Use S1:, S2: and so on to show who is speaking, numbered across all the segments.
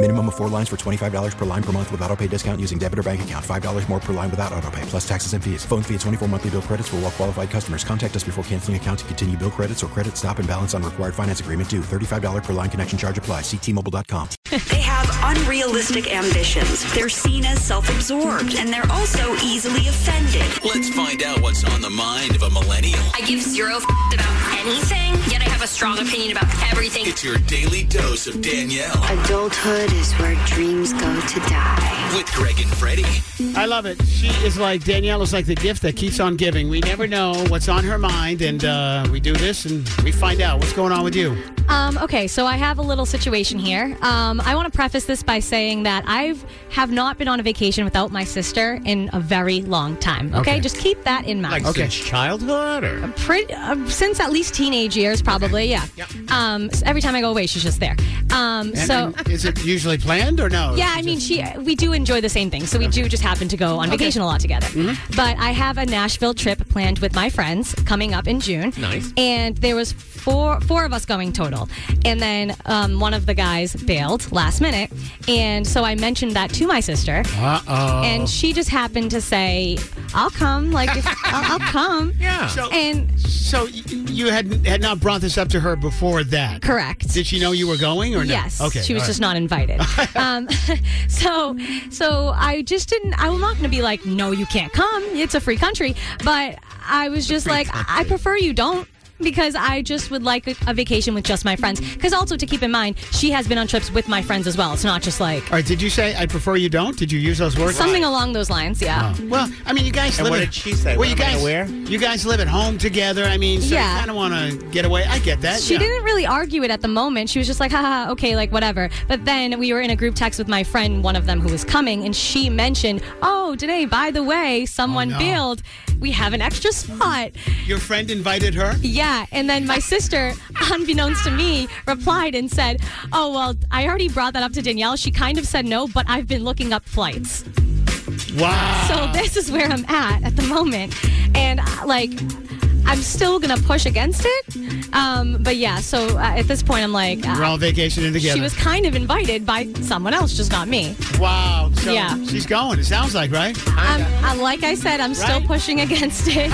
S1: Minimum of four lines for $25 per line per month with auto pay discount using debit or bank account. $5 more per line without auto pay, plus taxes and fees. Phone fee at 24 monthly bill credits for all well qualified customers. Contact us before canceling account to continue bill credits or credit stop and balance on required finance agreement due. $35 per line connection charge apply. Ctmobile.com.
S2: they have unrealistic ambitions. They're seen as self-absorbed and they're also easily offended.
S3: Let's find out what's on the mind of a millennial.
S4: I give zero f- about anything, yet I have a strong opinion about everything.
S3: It's your daily dose of Danielle.
S5: Adulthood is where dreams go to die.
S3: With Greg and Freddie.
S6: I love it. She is like, Danielle is like the gift that keeps on giving. We never know what's on her mind, and uh, we do this and we find out what's going on with you.
S7: Um, okay, so I have a little situation here. Um, I want to preface this by saying that I've have not been on a vacation without my sister in a very long time. Okay, okay. just keep that in mind.
S8: Like okay. since childhood, or
S7: pretty, uh, since at least teenage years, probably. Okay. Yeah. Yep. Um, so every time I go away, she's just there. Um,
S6: and,
S7: so
S6: and is it usually planned or no?
S7: Yeah, I mean, she we do enjoy the same things, so we okay. do just happen to go on vacation a lot together. Mm-hmm. But I have a Nashville trip planned with my friends coming up in June.
S8: Nice.
S7: And there was four four of us going total, and then um, one of the guys bailed last minute, and so I mentioned that to my sister.
S6: Uh-oh.
S7: And she just happened to say, "I'll come. Like, if, I'll, I'll, come."
S6: Yeah. So,
S7: and
S6: so you had had not brought this up to her before that.
S7: Correct.
S6: Did she know you were going or no?
S7: Yes. Okay. She was right. just not invited. um, so so I just didn't. I'm not going to be like, "No, you can't come. It's a free country." But I was just like, country. "I prefer you don't." because I just would like a, a vacation with just my friends. Because also to keep in mind, she has been on trips with my friends as well. It's not just like.
S6: All right. Did you say I prefer you don't? Did you use those words?
S7: Something right. along those lines. Yeah.
S6: Oh. Well, I mean, you guys.
S8: And
S6: live
S8: what
S6: at,
S8: did she say?
S6: Well, you guys.
S8: Where?
S6: You guys live at home together. I mean, so yeah. I don't want to get away. I get that.
S7: She
S6: yeah.
S7: didn't really argue it at the moment. She was just like, haha, okay, like whatever. But then we were in a group text with my friend, one of them who was coming, and she mentioned, oh, today, by the way, someone oh, no. bailed. We have an extra spot.
S6: Your friend invited her.
S7: Yeah. Yeah, and then my sister, unbeknownst to me, replied and said, "Oh well, I already brought that up to Danielle. She kind of said no, but I've been looking up flights."
S6: Wow.
S7: So this is where I'm at at the moment, and uh, like. I'm still gonna push against it, um, but yeah. So uh, at this point, I'm like,
S6: uh, we're all vacationing together.
S7: She was kind of invited by someone else, just not me.
S6: Wow. So
S7: yeah.
S6: She's going. It sounds like right.
S7: Um, I, like I said, I'm right? still pushing against it.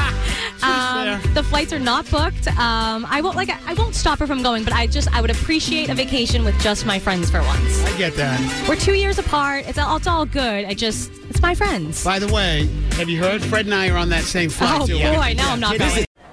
S7: Um, the flights are not booked. Um, I won't like I won't stop her from going, but I just I would appreciate a vacation with just my friends for once.
S6: I get that.
S7: We're two years apart. It's all, it's all good. I just it's my friends.
S6: By the way, have you heard? Fred and I are on that same flight.
S7: Oh
S6: too.
S7: boy, yeah. now I'm not going.